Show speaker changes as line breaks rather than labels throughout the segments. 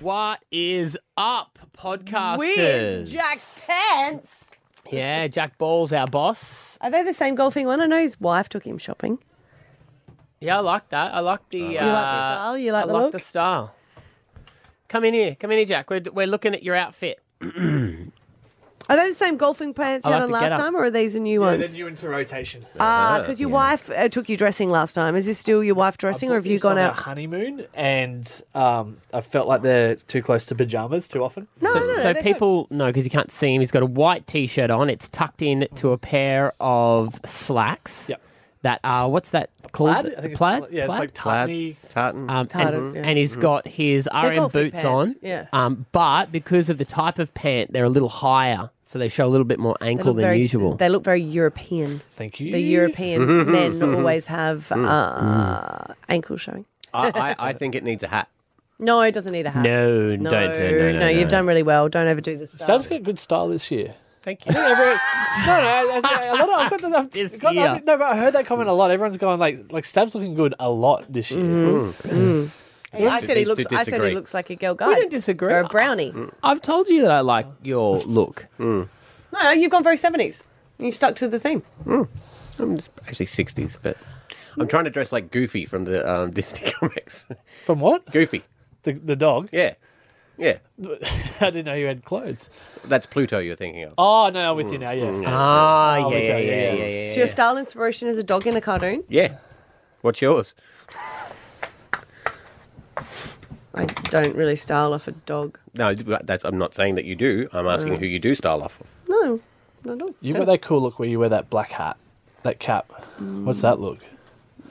What is up, podcasters?
With Jack Pants.
Yeah, Jack Ball's our boss.
Are they the same golfing one? I know his wife took him shopping.
Yeah, I like that. I like the.
You
uh,
like the style? You like
I
the
like
look?
the style. Come in here. Come in here, Jack. We're, we're looking at your outfit.
Are they the same golfing pants
I
you
like
had on
the
last
getup.
time, or are these the new
Yeah,
ones?
then you into rotation.
Ah, because your wife uh, took you dressing last time. Is this still your wife dressing, or have you
It's
gone
on our
out?
honeymoon, and um, I felt like they're too close to pajamas too often.
No,
so
no, no,
so
they're
people no, because you can't see him. He's got a white t-shirt on. It's tucked in to a pair of slacks.
Yep.
That are what's that called?
Plaid? I think it's
plaid.
plaid. Yeah, it's
plaid?
like tartany.
Tartan.
Um,
Tartan,
and,
yeah.
and he's got his RM
golf fit
boots
pants,
on.
yeah.
Um, but because of the type of pant, they're a little higher, so they show a little bit more
They
ankle
look
than
very,
usual.
They look very European.
Thank you.
The European men always have uh, ankle showing.
I, I, I think it needs a hat.
No, it doesn't need a hat.
no,
no,
don't do- no, no,
you've
no.
done really well. Don't overdo this stuff.
Sam's got good style this year.
Thank you.
Everyone, no, no, that's- a lot of, I've got this. I've,
This
got,
year.
I've, no, but I heard that comment a lot. Everyone's going like, like Stab's looking good a lot this year.
Mm-hmm.
Mm.
Mm. I said he
Needs to
looks. I said he
disagree.
looks like a girl guide.
We don't disagree.
Or a brownie.
I've told you that I like your look.
No, you've gone very seventies. You stuck to the theme.
Mm.
I'm just actually 60s, but I'm trying to dress like Goofy from the um, Disney comics.
From what?
Goofy.
The, the dog.
Yeah. Yeah.
I didn't know you had clothes.
That's Pluto you're thinking of.
Oh no, I'm with you now. Yeah.
Ah, yeah,
okay,
yeah,
yeah,
yeah,
yeah.
yeah, yeah,
So your style inspiration is a dog in a cartoon.
Yeah. What's yours?
I don't really style off a dog.
No, that's. I'm not saying that you do. I'm asking
Mm.
who you do style off of.
No, not at all.
You got that cool look where you wear that black hat, that cap. What's that look?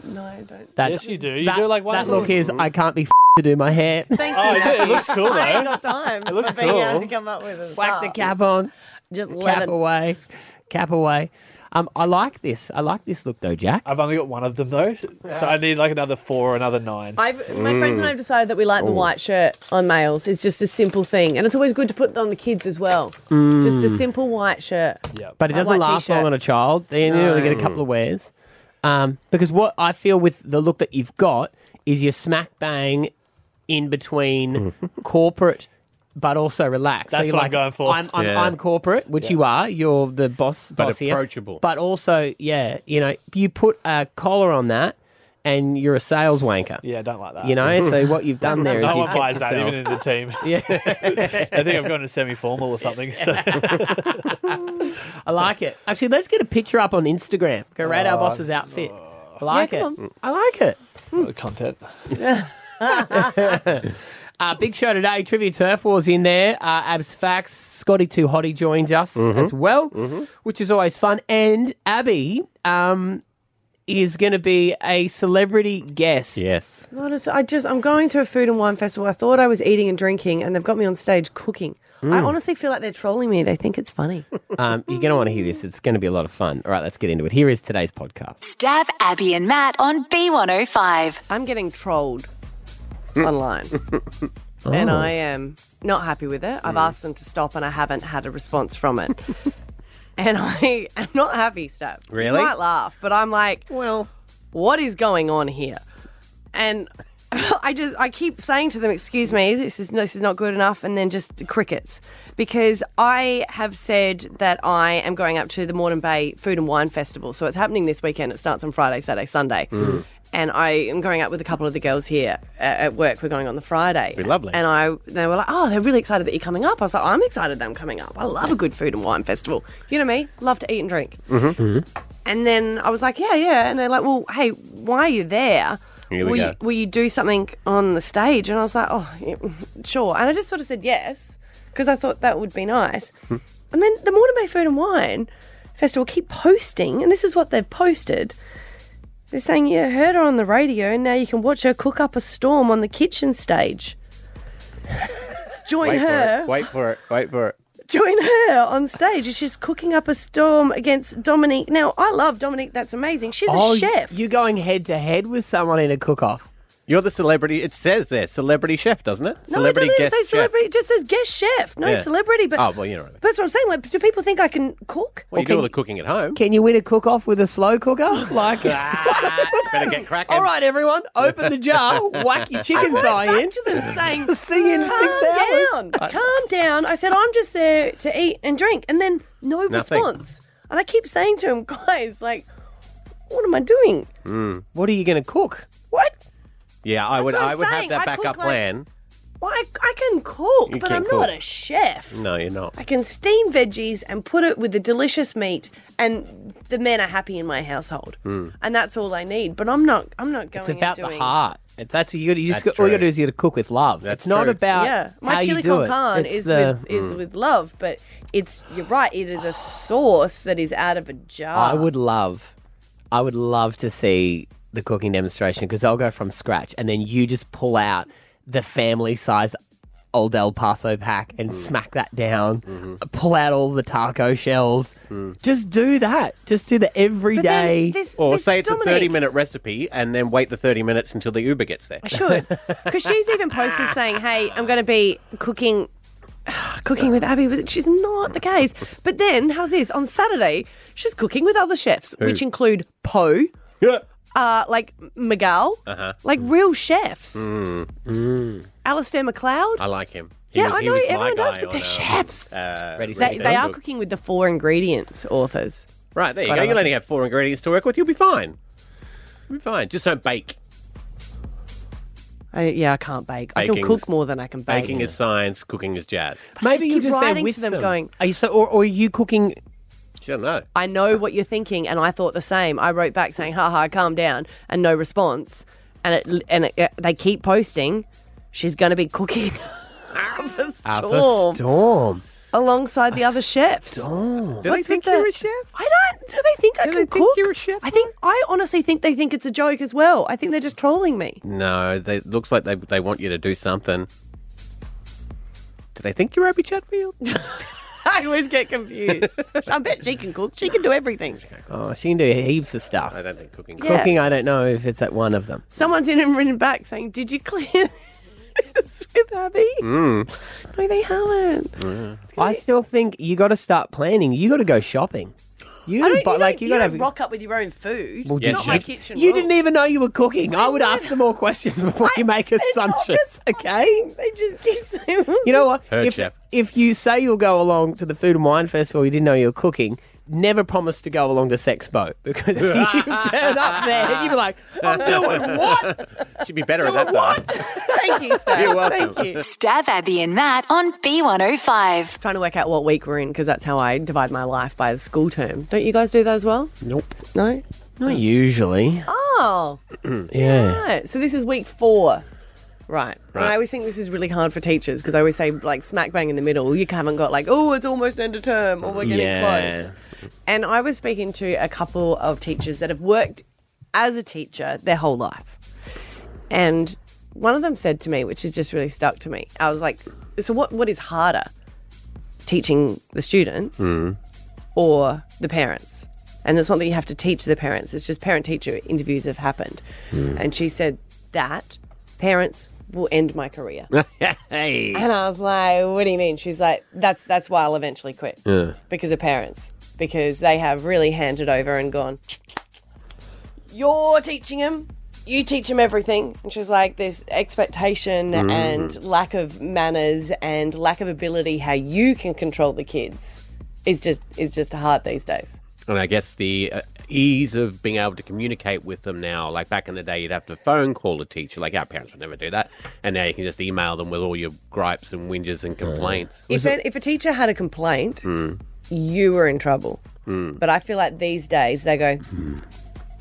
No, I don't.
That's,
Yes, you do. You
that,
do like one.
that
little-
look is I can't be f- to do my hair.
Thank
Oh,
you.
yeah, it
Nappy.
looks cool
I ain't
though.
got time it
looks
for being able
cool.
to come up with a
Whack the
style.
cap on,
Just
cap
eleven.
away, cap away. Um, I like this. I like this look though, Jack.
I've only got one of them though,
Mm.
so I need like another four or another nine.
I've, my friends and I have decided that we like the white shirt on males. It's just a simple thing, and it's always good to put on the kids as well. Just the simple white shirt.
yeah,
but it
My
doesn't
white
last
t-shirt.
long on a child. They only get a couple of wears. Um, because what I feel with the look that you've got is you're smack bang in between corporate but also relaxed.
That's
so you're
what I'm
like,
going for.
I'm, I'm,
Yeah.
I'm corporate, which you are. You're the boss,
But
boss here.
approachable.
But also, yeah, you know, you put a collar on that and you're a sales wanker.
yeah, I don't like that.
You know, so what you've done there is
no
you've
one
kept
buys that,
yourself.
even in the team.
Yeah.
I think I've gone to semi-formal or something. So.
I like it. Actually, let's get a picture up on Instagram. Go rate our boss's outfit. I like
Yeah, come
it. I like it.
content.
Uh, big show today. Trivia Turf War's in there. Uh, Abs Facts. Scotty Too Hottie joins us
Mm-hmm.
as well, which is always fun. And Abby um, is going to be a celebrity guest.
Yes.
Not as- I just I'm going to a food and wine festival. I thought I was eating and drinking, and they've got me on stage cooking. I honestly feel like they're trolling me. They think it's funny.
Um, you're going to want to hear this. It's going to be a lot of fun. All right, let's get into it. Here is today's podcast.
Stab Abby and Matt on B105.
I'm getting trolled online. And
Oh.
I am not happy with it. I've
Hmm.
asked them to stop and I haven't had a response from it. and I am not happy, Stab.
Really?
You might laugh, but I'm like,
Well,
what is going on here? And I just I keep saying to them, "Excuse me, this is this is not good enough," and then just crickets because I have said that I am going up to the Moreton Bay Food and Wine Festival, so it's happening this weekend. It starts on Friday, Saturday, Sunday.
Hmm. Mm.
Mm. And I am going up with a couple of the girls here a- at work. We're going on the Friday.
Be lovely.
And I, they were like, "Oh, they're really excited that you're coming up." I was like, "I'm excited that I'm coming up. I love a good food and wine festival. You know me, love to eat and drink." And then I was like, yeah, yeah. And they're like, well, hey, why are you there?
Here we
will,
go.
You, will you do something on the stage? And I was like, oh, yeah, sure. And I just sort of said yes because I thought that would be nice.
Hmm.
and then the Mortimer Bay Food and Wine Festival keep posting, and this is what they've posted. They're saying you heard her on the radio, and now you can watch her cook up a storm on the kitchen stage. Join
wait
her
for it. Wait for it. Wait for it.
join her on stage as she's cooking up a storm against Dominique.
Oh,
Now, I love Dominique. That's amazing. She's a chef.
You're going head to head with someone in a cook off.
You're the celebrity. It says there, celebrity chef, doesn't it?
No,
celebrity
it doesn't even say
guest chef.
celebrity. It just says guest chef. No
Yeah.
celebrity, but
Oh, well, you know what I mean.
But that's what I'm saying. Like, do people think I can cook?
Well, you do
can-
all the cooking at home.
Can you win a cook off with a slow cooker? Like,
Better get cracking.
all right, everyone, open the jar, whack your chicken thigh in.
to them saying,
See you in
calm
six hours.
down, calm down. I said I'm just there to eat and drink, and then no
Nothing.
response. And I keep saying to him, guys, like, what am I doing?
What are you going to cook?
What?
Hmm. Yeah, I would.
what I'm
I would
saying.
have
I
that backup
cook like-
plan.
Well, I, I can cook,
You
but
can
I'm not
cook.
a chef.
No, you're not.
I can steam veggies and put it with the delicious meat, and the men are happy in my household,
Hmm.
and that's all I need. But I'm not. I'm not going.
It's about
and
the
doing,
heart. It's, that's what you got. You just
That's
got, all you got to
true.
do is you got to cook with love.
That's
it's not
true. Hmm. Mm.
about
Yeah, my
how you
chili
do
con
it.
carne
It's
is
the-
with is with love, but it's you're right. It is a sauce that is out of a jar.
I would love, I would love to see the cooking demonstration because I'll go from scratch and then you just pull out the family size old El Paso pack
Mm.
and smack that down.
Mm-hmm.
Pull out all the taco shells. Just do that. Just do the
But then
everyday.
this-
Mm. Or
this
say it's
Dominique,
a 30 minute recipe and then wait the 30 minutes until the Uber gets there.
I should, because she's even posted saying, "Hey, I'm going to be cooking." Cooking with Abby, which is not the case. But then, how's this? On Saturday, she's cooking with other chefs, which include Poe, uh, like Miguel, like real chefs. Alistair McLeod.
Hmm. I like him. He
yeah,
was-
I
he
know
was my
everyone does,
guy
but
on,
they're
um,
chefs.
uh,
Ready,
They,
set,
they
go.
are cooking with the four ingredients authors.
Right, there you
Quite
go.
I
You'll
like
only have four ingredients to work with. You'll be fine. You'll be fine. Just don't bake.
I, yeah, I can't bake. I
Baking's-
can cook more than I can bake.
Baking is science, cooking is jazz.
just
Maybe you
keep
just there
writing
with
to them going-
Are you so, or, or are you cooking?
She don't know.
I know what you're thinking, and I thought the same. I wrote back saying, "Haha, calm down," and no response. And it, and it, uh, they keep posting. She's going to be cooking Alpha
Alpha
Storm
storm.
alongside the other chefs.
Do
What's
they think
with
you're
the-
a chef?
I don't. Do they think I
Do
can
they
cook?
think you're a chef,
I think I honestly think they think it's a joke as well. I think they're just trolling me.
No, they looks like they, they want you to do something. Do they think you're Abby Chatfield?
I always get confused. I bet she can cook. She can do everything.
Oh, she can do heaps of stuff.
I don't think cooking.
Yeah.
Cooking, I don't know if it's at one of them.
Someone's in and written back saying, "Did you clear this with Abby?"
Hmm?
No, they haven't.
Mm. I still think you got to start planning. You got to go shopping. You
I
got
don't,
to buy
you
like
don't-
you
you
got to
don't
have.
rock up with your own food.
Well,
It's
did
not
you?
my kitchen.
You
rule.
didn't even know you were cooking. I would ask some more questions before you make
They're not
assumptions, okay?
responding. They just keep saying,
You know what?
Her
if,
chef.
if you say you'll go along to the Food and Wine Festival, you didn't know you were cooking, never promise to go along to Sexpo because you turn up there and you'd be like,
Oh,
I'm doing what?
She'd be better at that though.
"Thank you, sir.
You're welcome.
Thank you."
Stab Abby and Matt on B105.
Trying to work out what week we're in because that's how I divide my life by the school term. Don't you guys do that as well?
Nope.
No.
Not usually.
Oh,
Yeah.
right. So this is week four. Right. And
Right.
I always think this is really hard for teachers because I always say, like, smack bang in the middle, you haven't got, like, oh, it's almost end of term or we're getting
Yeah.
close. And I was speaking to a couple of teachers that have worked as a teacher their whole life. And one of them said to me, which has just really stuck to me, I was like, so what, what is harder, teaching the students or the parents? And it's not that you have to teach the parents, it's just parent teacher interviews have happened. And she said, that parents will end my career.
hey.
And I was like, "What do you mean?" She's like, "That's that's why I'll eventually quit because of parents because they have really handed over and gone. You're teaching them, you teach them everything." And she's like, "This expectation
Mm-hmm.
and lack of manners and lack of ability how you can control the kids is just is just hard these days."
And I guess the uh, ease of being able to communicate with them now, like back in the day, you'd have to phone call a teacher. Like our parents would never do that, and now you can just email them with all your gripes and whinges and complaints.
If, an, if a teacher had a complaint, you were in trouble.
Mm.
But I feel like these days they go,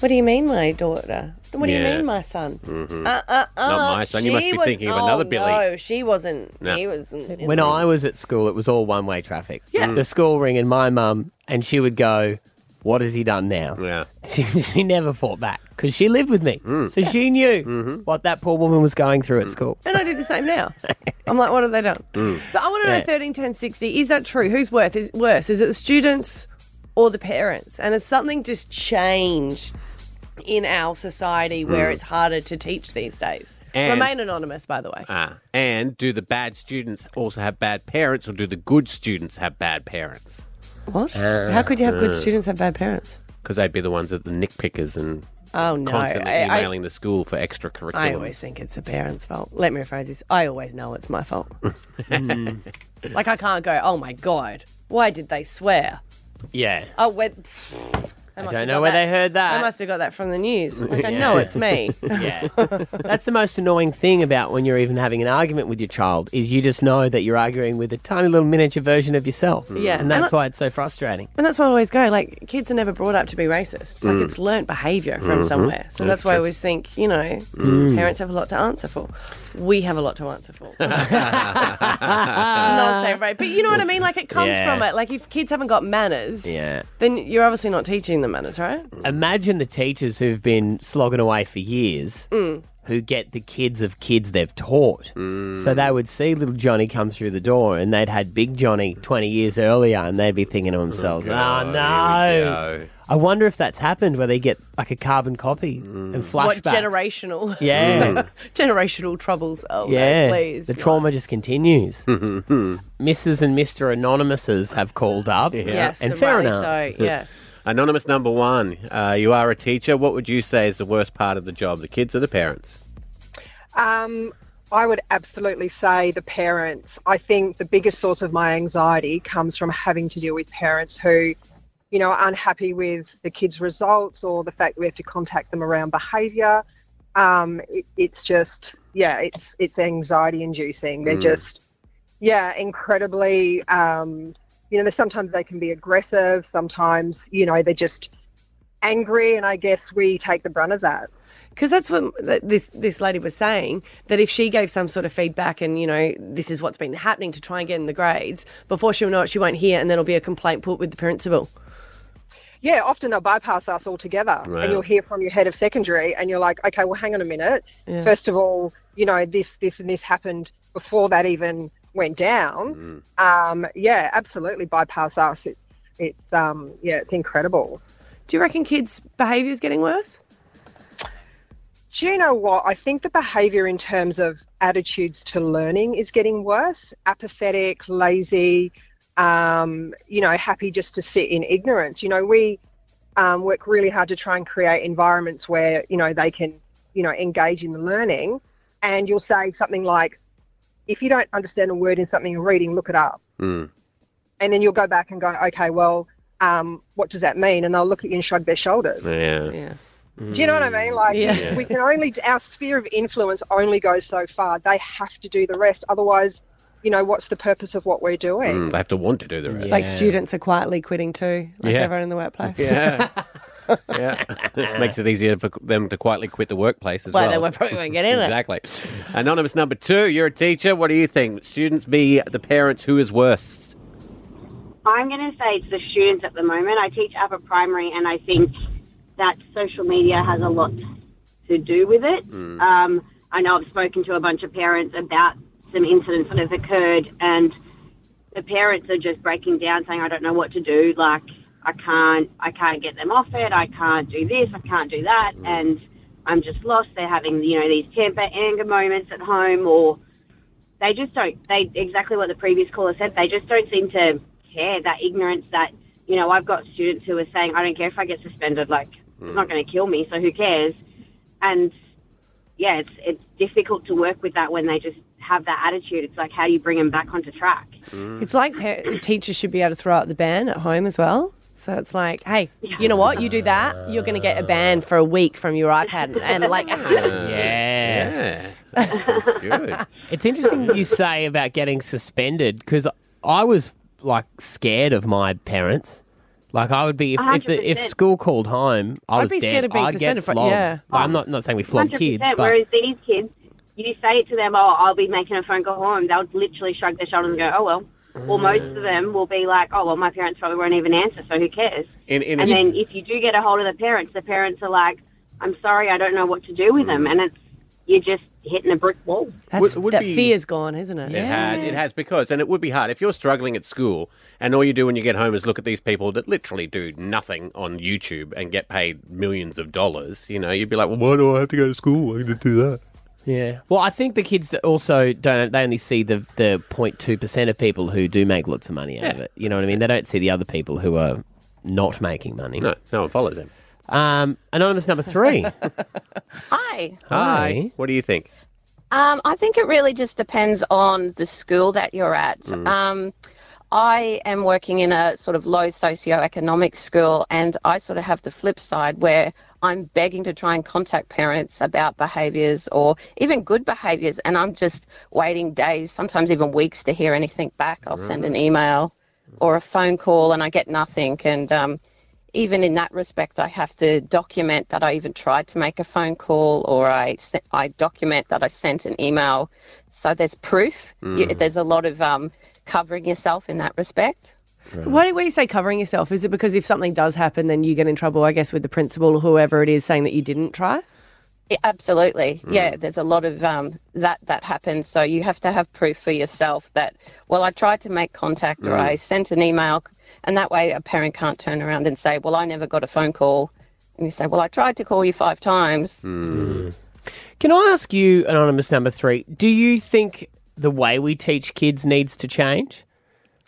What do you mean, my daughter? What do you
Yeah. Mm-hmm.
mean, my son? Uh,
Not my son. You must
She
be
was-
thinking of
oh,
another Billy.
No, she wasn't.
No.
He wasn't.
When I was at school, it was all one way traffic. Yeah.
Mm.
The school ring and my mum, and she would go, What has he done now?
Yeah. Mm.
She, she never fought back because she lived with me. So she knew
Mm-hmm.
what that poor woman was going through at school.
and I do the same now. I'm like, What have they done?
Mm.
But I want to know
Yeah.
13, 10, 60. Is that true? Who's worth is worse? Is it the students or the parents? And has something just changed in our society where
Mm.
it's harder to teach these days.
And-
Remain anonymous, by the way.
Ah, and do the bad students also have bad parents, or do the good students have bad parents?
What? How could you have
Uh,
good students have bad parents?
Because they'd be the ones that the nickpickers and
Oh no!
constantly
I, I-
emailing the school for extra curriculum.
I always think it's the parents' fault. Let me rephrase this. I always know it's my fault. like I can't go. Oh my god! Why did they swear?
Yeah.
Oh, when,
I,
must
don't
have
know
got
where
that.
they heard that.
I must have got that from the news. Like I
Yeah.
know it's me.
yeah. That's the most annoying thing about when you're even having an argument with your child is you just know that you're arguing with a tiny little miniature version of yourself.
Yeah.
And that's
And I-
why it's so frustrating.
And that's why I always go. Like kids are never brought up to be racist. Like
Mm.
it's learnt behaviour from
Mhm.
somewhere. So that's,
That's
why I
true.
always think, you know,
Mm.
parents have a lot to answer for. We have a lot to answer for. Not so right, but you know what I mean. Like it comes
Yeah.
from it. Like if kids haven't got manners,
Yeah.
then you're obviously not teaching them manners, right?
Imagine the teachers who've been slogging away for years
Mm.
who get the kids of kids they've taught. So they would see little Johnny come through the door and they'd had big Johnny 20 years earlier and they'd be thinking to themselves,
God,
oh,
here we
no. I wonder if that's happened where they get like a carbon copy and
What
flashbacks.
generational?
Yeah. Mm.
generational troubles. Oh,
yeah,
no, please.
the trauma just continues. Mrs. and Mr. Anonymouses have called up.
Yes,
and fair
rightly
enough.
so, yes. Anonymous number one, uh, you are a teacher. What would you say is the worst part of the job, the kids or the parents?
Um, I would absolutely say the parents. I think the biggest source of my anxiety comes from having to deal with parents who, you know, are unhappy with the kids' results or the fact that we have to contact them around behaviour. Um, it, it's just, yeah, it's it's anxiety inducing. They're
Mm.
just, yeah, incredibly. Um, you know, sometimes they can be aggressive. Sometimes, you know, they're just angry, and I guess we take the brunt of that.
Because that's what th- this this lady was saying that if she gave some sort of feedback and you know this is what's been happening to try and get in the grades before she'll know it she won't hear and then it'll be a complaint put with the principal.
Yeah, often they'll bypass us altogether,
Right.
and you'll hear from your head of secondary, and you're like, okay, well, hang on a minute.
Yeah.
First of all, you know, this, this, and this happened before that even went down. Um, yeah, absolutely bypass us. It's, it's, um, yeah, it's incredible.
Do you reckon kids' behaviour is getting worse?
Do you know what? I think the behaviour in terms of attitudes to learning is getting worse. Apathetic, lazy, um, you know, happy just to sit in ignorance. You know, we um, work really hard to try and create environments where you know they can, you know, engage in the learning. And you'll say something like, "If you don't understand a word in something you're reading, look it up."
Mm.
And then you'll go back and go, "Okay, well, um, what does that mean?" And they'll look at you and shrug their shoulders.
Yeah.
Yeah.
Do you know what I mean? Like
Yeah.
we can only our sphere of influence only goes so far. They have to do the rest, otherwise, you know, what's the purpose of what we're doing?
Mm, they have to want to do the rest.
It's like students are quietly quitting too, like
Yeah.
everyone in the workplace.
Yeah. yeah. Makes it easier for them to quietly quit the workplace as
Well,
well.
they won't- probably won't get in it.
exactly. Anonymous number two, you're a teacher. What do you think? Students be the parents who is worse?
I'm going to say it's the students at the moment. I teach upper primary, and I think that social media has a lot to do with it.
Mm.
Um, I know I've spoken to a bunch of parents about some incidents that have occurred, and the parents are just breaking down, saying, "I don't know what to do. Like, I can't, I can't get them off it. I can't do this. I can't do that." And I'm just lost. They're having, you know, these temper anger moments at home, or they just don't. They exactly what the previous caller said. They just don't seem to care. That ignorance. That you know, I've got students who are saying, "I don't care if I get suspended. Like, it's not going to kill me. So who cares?" And yeah, it's it's difficult to work with that when they just have that attitude. It's like, how do you bring them back onto track?
It's like par- teachers should be able to throw out the ban at home as well. So it's like, hey, you know what? You do that, you're going to get a ban for a week from your iPad. And like, "Ah,
Yeah.
good.
It's interesting that you say about getting suspended because I was like scared of my parents. Like I would be if if, the, if
100%.
school called home, I
I'd
was
be
dead.
scared of being
I'd
suspended
get
for-
flogged.
yeah.
Well, I'm not not saying we flog
100%,
kids, but
Whereas these kids, you say it to them, oh, I'll be making a phone call home. They'll literally shrug their shoulders and go, oh, well.
Mm.
Or most of them will be like, oh, well, my parents probably won't even answer, so who cares?
In, in
and
a-
then if you do get a hold of the parents, the parents are like, I'm sorry, I don't know what to do with them. And it's you're just hitting a brick wall.
That's,
Mm. Would- would
that
be-
fear's gone, isn't it?
It has, it has, because, and it would be hard if you're struggling at school and all you do when you get home is look at these people that literally do nothing on YouTube and get paid millions of dollars. You know, you'd be like, well, why do I have to go to school? I can just do that.
Yeah. Well, I think the kids also don't. They only see the the 02 percent of people who do make lots of money out of it. You know what I mean? They don't see the other people who are not making money.
No, no one follows them.
Um, anonymous number three.
Hi.
Hi.
What do you think?
Um, I think it really just depends on the school that you're at. Um, I am working in a sort of low socioeconomic school, and I sort of have the flip side where I'm begging to try and contact parents about behaviours or even good behaviours, and I'm just waiting days, sometimes even weeks, to hear anything back. I'll send an email or a phone call, and I get nothing. And um, even in that respect, I have to document that I even tried to make a phone call, or I se- I document that I sent an email. So there's proof. You, there's a lot of um, covering yourself in that respect.
Why do, why do you say covering yourself? Is it because if something does happen, then you get in trouble, I guess, with the principal or whoever it is saying that you didn't try?
Yeah, absolutely. Yeah, there's a lot of um, that that happens. So you have to have proof for yourself that well, I tried to make contact or I sent an email, and that way a parent can't turn around and say, well, I never got a phone call, and you say, well, I tried to call you five times.
Hmm. Can I ask you, anonymous number three? Do you think the way we teach kids needs to change?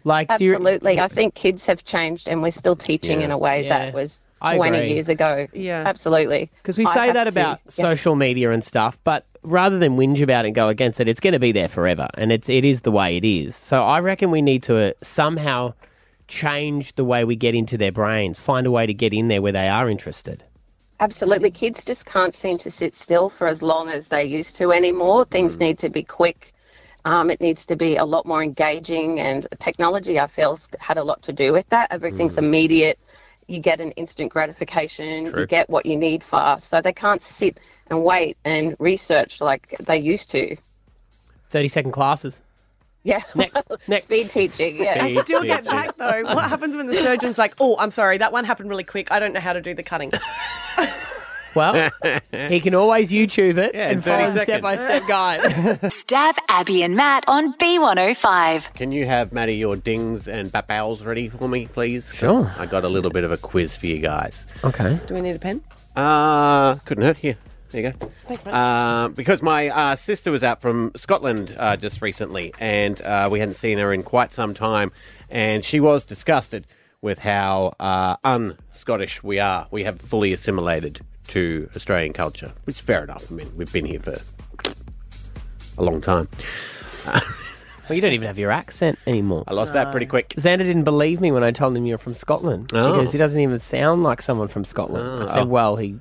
Like, do you-
Absolutely. I think kids have changed and we're still teaching in a way
Yeah.
that was
I
20
agree.
years ago.
Yeah.
Absolutely.
Because we
I
say
have
that
to-
about
yeah.
social media and stuff, but rather than whinge about it and go against it, it's going to be there forever, and it's it is the way it is. So I reckon we need to uh, somehow change the way we get into their brains, find a way to get in there where they are interested.
Absolutely. Kids just can't seem to sit still for as long as they used to anymore. Things need to be quick. Um, it needs to be a lot more engaging, and technology, I feel, has had a lot to do with that. Everything's immediate. You get an instant gratification. You get what you need fast. So they can't sit and wait and research like they used to.
Thirty second classes.
Yeah.
Next, next.
Speed teaching. Yeah.
I still get back though. What happens when the surgeon's like, "Oh, I'm sorry, that one happened really quick. I don't know how to do the cutting."
Well, he can always YouTube it
Yeah, in
and follow
30
the step
seconds.
by step guide.
Stab Abby and Matt on B105.
Can you have Maddie your dings and bapows ready for me, please? 'Cause
Sure.
I got a little bit of a quiz for you guys.
okay.
do we need a pen?
Uh, couldn't hurt. Here. There you go. Uh, because my uh, sister was out from Scotland uh, just recently, and uh, we hadn't seen her in quite some time, and she was disgusted with how uh, un-Scottish we are. We have fully assimilated to Australian culture, which is fair enough. I mean, we've been here for a long time.
Well, you don't even have your accent anymore.
I lost that pretty quick.
Xander didn't believe me when I told him you're from Scotland
Oh.
because he doesn't even sound like someone from Scotland. I said, "Well, he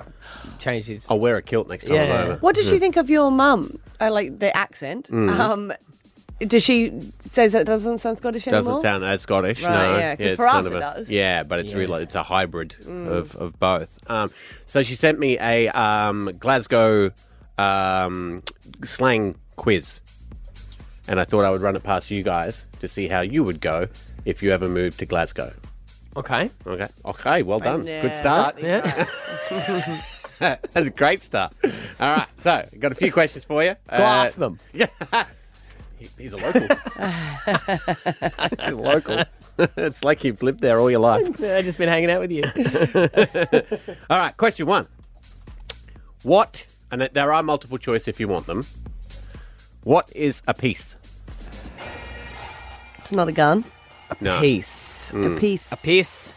changed his."
I'll wear a kilt next time
Yeah. Hmm.
I'm over.
What does she think of your mum? I like the accent. Um, does she says that doesn't sound Scottish
doesn't
anymore?
sound as Scottish.
Right,
no,
yeah, 'cause
it's
for us
kind of
it
a-
does. Mm.
Yeah, but it's really it's a hybrid of, of both. Um, so she sent me a um, Glasgow um, slang quiz, and I thought I would run it past you guys to see how you would go if you ever moved to Glasgow.
Okay.
Okay, okay, well done, good
yeah.
start.
Yeah.
That's a great start. All right, so got a few questions for you. Uh,
Glass them.
He- He's a local. He's a local. it's like you've lived there all your life.
I've just been hanging out with you.
All right, question one. What, and it- there are multiple choice if you want them. What is a piece?
It's not a gun.
No. Mm. Hmm.
Peace.
A piece. A,
Piss.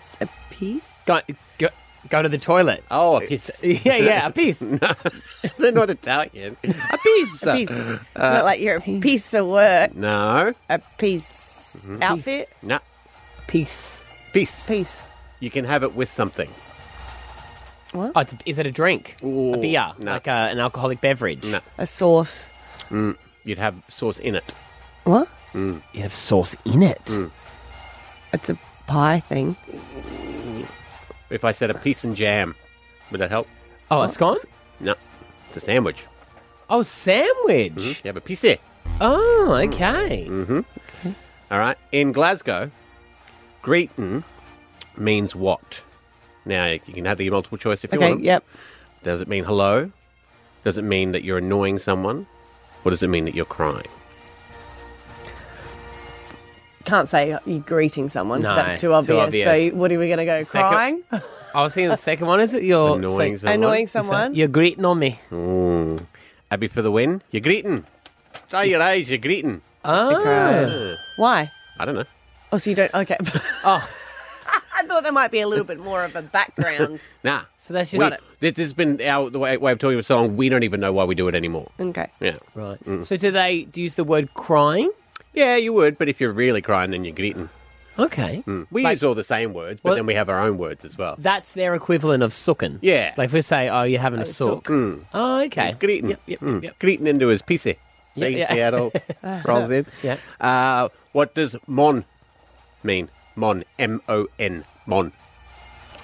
piece.
Go, go, go to the toilet.
Oh, a piece.
Yeah, yeah, a piece.
They're not Italian. A piece.
Piece. it's not like you're a piece of work.
No. Mm-hmm.
A piece outfit.
No.
Peace.
Piece.
Piece.
You can have it with something.
Oh, it's a, is it a drink?
Ooh,
a beer?
no.
Like a,
uh,
an alcoholic beverage?
No. Mm.
A sauce.
You'd have sauce in it. Mm.
What?
You have sauce in it.
It's a pie thing.
If I said a piece and jam, would that help?
Oh, a scone?
No. It's a sandwich. Mm-hmm.
Oh, sandwich.
You have a piece here. Mm. Mm-hmm.
Oh, okay.
All right. In Glasgow, greeting means what? Now, you can have the multiple choice if you
Okay.
want them.
Yep.
Does it mean hello? Does it mean that you're annoying someone? Or does it mean that you're crying?
Can't say you're greeting someone. 'cause
No,
that's
too
too obvious.
obvious.
So what are we going to go?
Second-
Crying?
I was thinking the second one is it you're
Annoying
it's like-
someone?
Annoying someone?
You're greeting on me.
Ooh. Abby for the win. You're greeting. Try your eyes. You're greeting.
Oh.
Uh,
Why?
I don't know.
Oh, so you don't? Okay.
Oh.
I thought there might be a little bit more of a background.
Nah.
So that's just
We, this has been our the way, way of talking about song. We don't even know why we do it anymore.
okay.
Yeah.
right.
Mm.
So do they use the word crying?
Yeah, you would, but if you're really crying, then you're greeting.
Okay.
We use all the same words, but
Well-
then we have our own words as well.
That's their equivalent of sooking.
Yeah. Mm.
Like if we say, oh, you're having a sook. Oh, okay.
He's greeting.
Yep, yep,
Mm.
yep.
Greeting into his PC. So you
Yeah,
can see how it all rolls in.
Yeah.
Uh, what does mon mean? Mon. M O N. Mon.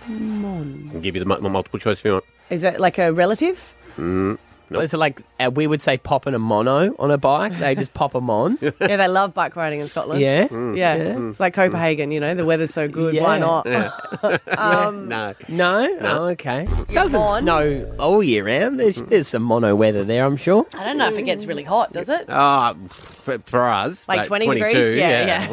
Mon. I can give you the mu- multiple choice if you want.
Is it like a relative?
Is it like uh, we would say popping a mono on a bike? They just pop a mon. yeah.
yeah, they love bike riding in Scotland.
Yeah.
Yeah. It's like Copenhagen, you know, the weather's so good.
Yeah.
Why not? Um,
no.
No? Oh, okay. Doesn't
mon.
snow all year round. There's, there's some mono weather there, I'm sure.
I don't know if it gets really hot, does it?
Uh,
Ah, for, for us.
Like 20 degrees?
22,
Yeah,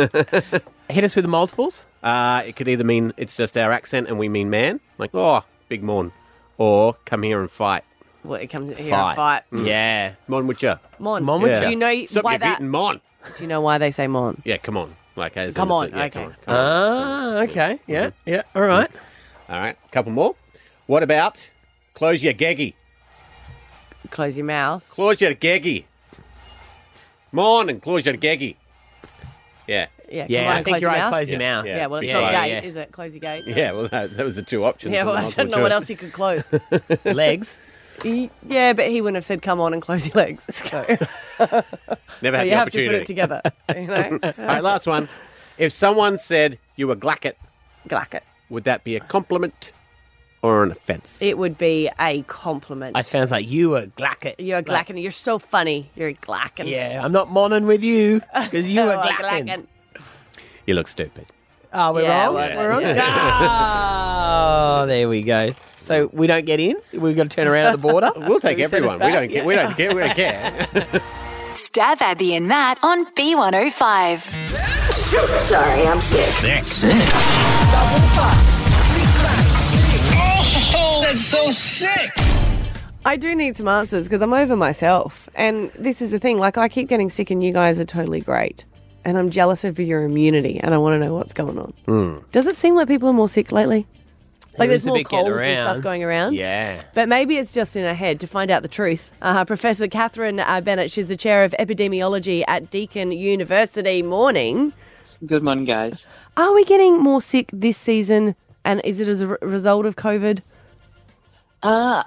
Whoa.
Hit us with the multiples.
Uh, it could either mean it's just our accent and we mean man, like, oh, big mon, or come here and fight.
Well, it comes here a fight.
Yeah.
Mm. Mon with ya.
Mon.
Mon with Yeah.
Do
ya.
you know
Sup,
why
you're
that?
greeting mon.
Do you know why they say Mon?
Yeah, come on. Like, as in
Come
it's
on,
like,
okay.
yeah, come on, come on.
Ah, okay. Yeah. Yeah. All right.
All right, couple more. What about close your geggy?
Close your mouth.
Close your geggy. Mon and close your geggy. Yeah.
Yeah, come on
Yeah.
and
I think
close your
you're right.
mouth.
Close your
Yeah.
mouth.
Yeah.
Yeah, well, it's
Yeah,
not
yeah,
gate,
yeah.
is it? Close your gate.
Yeah, well, that, that was the two options.
Yeah, well, I
Multiple
don't know what
choice.
else you could close.
Legs.
He- yeah, but he wouldn't have said, come on and close your legs. So, so
Never had
you
the
have to put
opportunity.
it together. You know?
All right, last one. If someone said you were glacket,
Glack it.
would that be a compliment or an offence?
It would be a compliment.
I sounds like you were glacket.
You're a glacking. You're so funny. You're a glacking.
Yeah, I'm not monin with you because you
You're
were
a
glacking.
glacking.
You look stupid.
Oh, we're
Yeah,
wrong.
well,
We're wrong. Ah. Oh, there we go. So we don't get in. We've got to turn around at the border.
We'll take
So you send us
everyone. We
back?
don't, care, we don't care. We don't care.
Stab Abby and Matt on B105.
Sorry, I'm sick.
I do need some answers because I'm over myself. And this is the thing like, I keep getting sick, and you guys are totally great. And I'm jealous of your immunity, and I want to know what's going on. Does it seem like people are more sick lately? Like,
Hmm. There
there's
is a
more
bit getting
colds and
around.
stuff going around?
Yeah.
But maybe it's just in her head to find out the truth. Uh, Professor Catherine uh, Bennett, she's the chair of epidemiology at Deakin University. Morning.
Good morning, guys.
Are we getting more sick this season? And is it as a re- result of COVID?
Uh,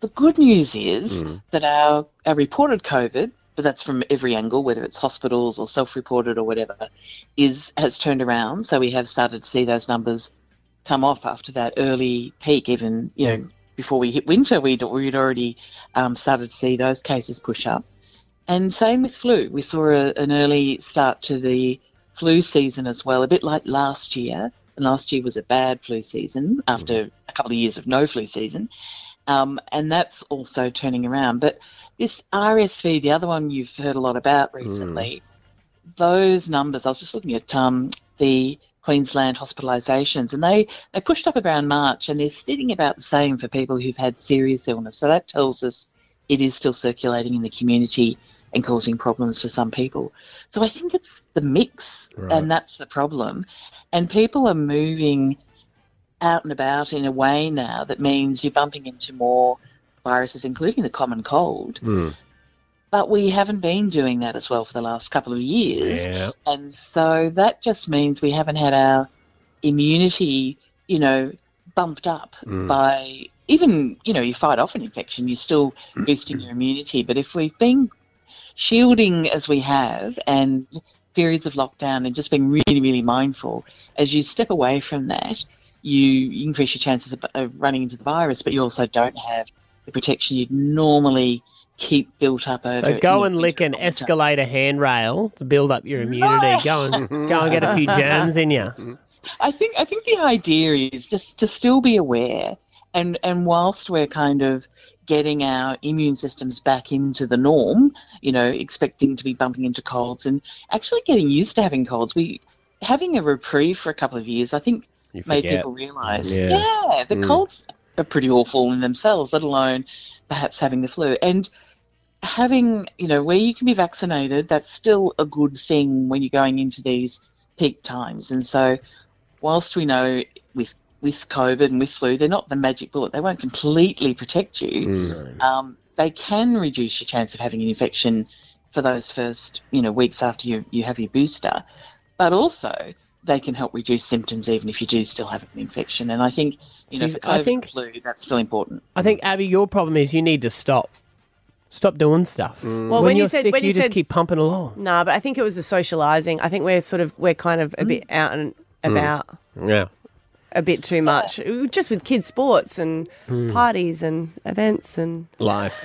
the good news is that our, our reported COVID, but that's from every angle, whether it's hospitals or self-reported or whatever, is has turned around. So we have started to see those numbers come off after that early peak. Even you know before we hit winter, we'd we'd already um, started to see those cases push up. And same with flu. We saw a, an early start to the flu season as well, a bit like last year. And last year was a bad flu season after a couple of years of no flu season. Um, and that's also turning around. But this RSV, the other one you've heard a lot about
Hmm. Mm.
recently, those numbers, I was just looking at um, the Queensland hospitalisations, and they, they pushed up around March, and they're sitting about the same for people who've had serious illness. So that tells us it is still circulating in the community and causing problems for some people. So I think it's the mix, and that's the problem. And people are moving out and about in a way now that means you're bumping into more viruses, including the common cold.
Hmm.
But we haven't been doing that as well for the last couple of years. And so that just means we haven't had our immunity, you know, bumped up
Mm.
by even, you know, you fight off an infection, you're still boosting your immunity. But if we've been shielding as we have and periods of lockdown and just being really, really mindful, as you step away from that, you increase your chances of, of running into the virus, but you also don't have the protection you'd normally keep built up over.
So go
you know,
and lick
winter
an
and winter.
escalator handrail to build up your immunity. Go and go and get a few germs in you.
I think I think the idea is just to still be aware And and whilst we're kind of getting our immune systems back into the norm, you know, expecting to be bumping into colds and actually getting used to having colds, we having a reprieve for a couple of years, I think
You
made
forget.
people realise,
Yeah.
yeah. the
Mm.
colds are pretty awful in themselves, let alone perhaps having the flu. And having, you know, where you can be vaccinated, that's still a good thing when you're going into these peak times. And so, whilst we know with with COVID and with flu, they're not the magic bullet. They won't completely protect you. Um, they can reduce your chance of having an infection for those first, you know, weeks after you, you have your booster. But also, they can help reduce symptoms even if you do still have an infection. And I think, you know,
See,
for
I
COVID
think-
and flu, that's still important.
I think Abby, your problem is you need to stop, stop doing stuff.
Well, when you
you're
said-
sick,
when you
you just
said-
keep pumping along.
Nah, but I think it was the socialising. I think we're sort of we're kind of a bit
Mm.
out and about
Yeah.
a bit too much, just with kids' sports and
Mm.
parties and events and.
Life,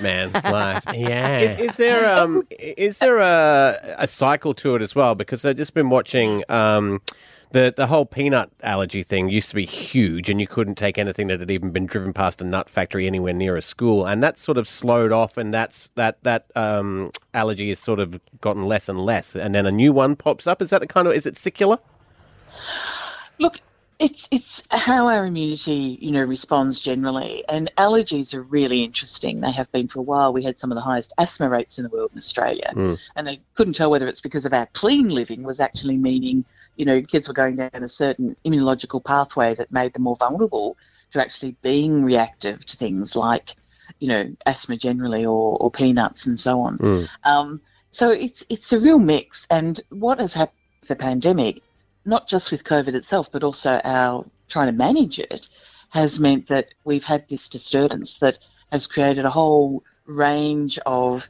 man, life.
Yeah.
Is, is there um is there a a cycle to it as well? Because I've just been watching um the the whole peanut allergy thing used to be huge, and you couldn't take anything that had even been driven past a nut factory anywhere near a school, and that sort of slowed off, and that's that that um allergy has sort of gotten less and less, and then a new one pops up. Is that the kind of is it secular?
Look, it's it's how our immunity, you know, responds generally. And allergies are really interesting. They have been for a while. We had some of the highest asthma rates in the world in Australia.
Hmm.
and they couldn't tell whether it's because of our clean living was actually meaning, you know, kids were going down a certain immunological pathway that made them more vulnerable to actually being reactive to things like, you know, asthma generally or, or peanuts and so on.
Mm.
Um, so it's it's a real mix. And what has happened with the pandemic, not just with COVID itself, but also our trying to manage it, has meant that we've had this disturbance that has created a whole range of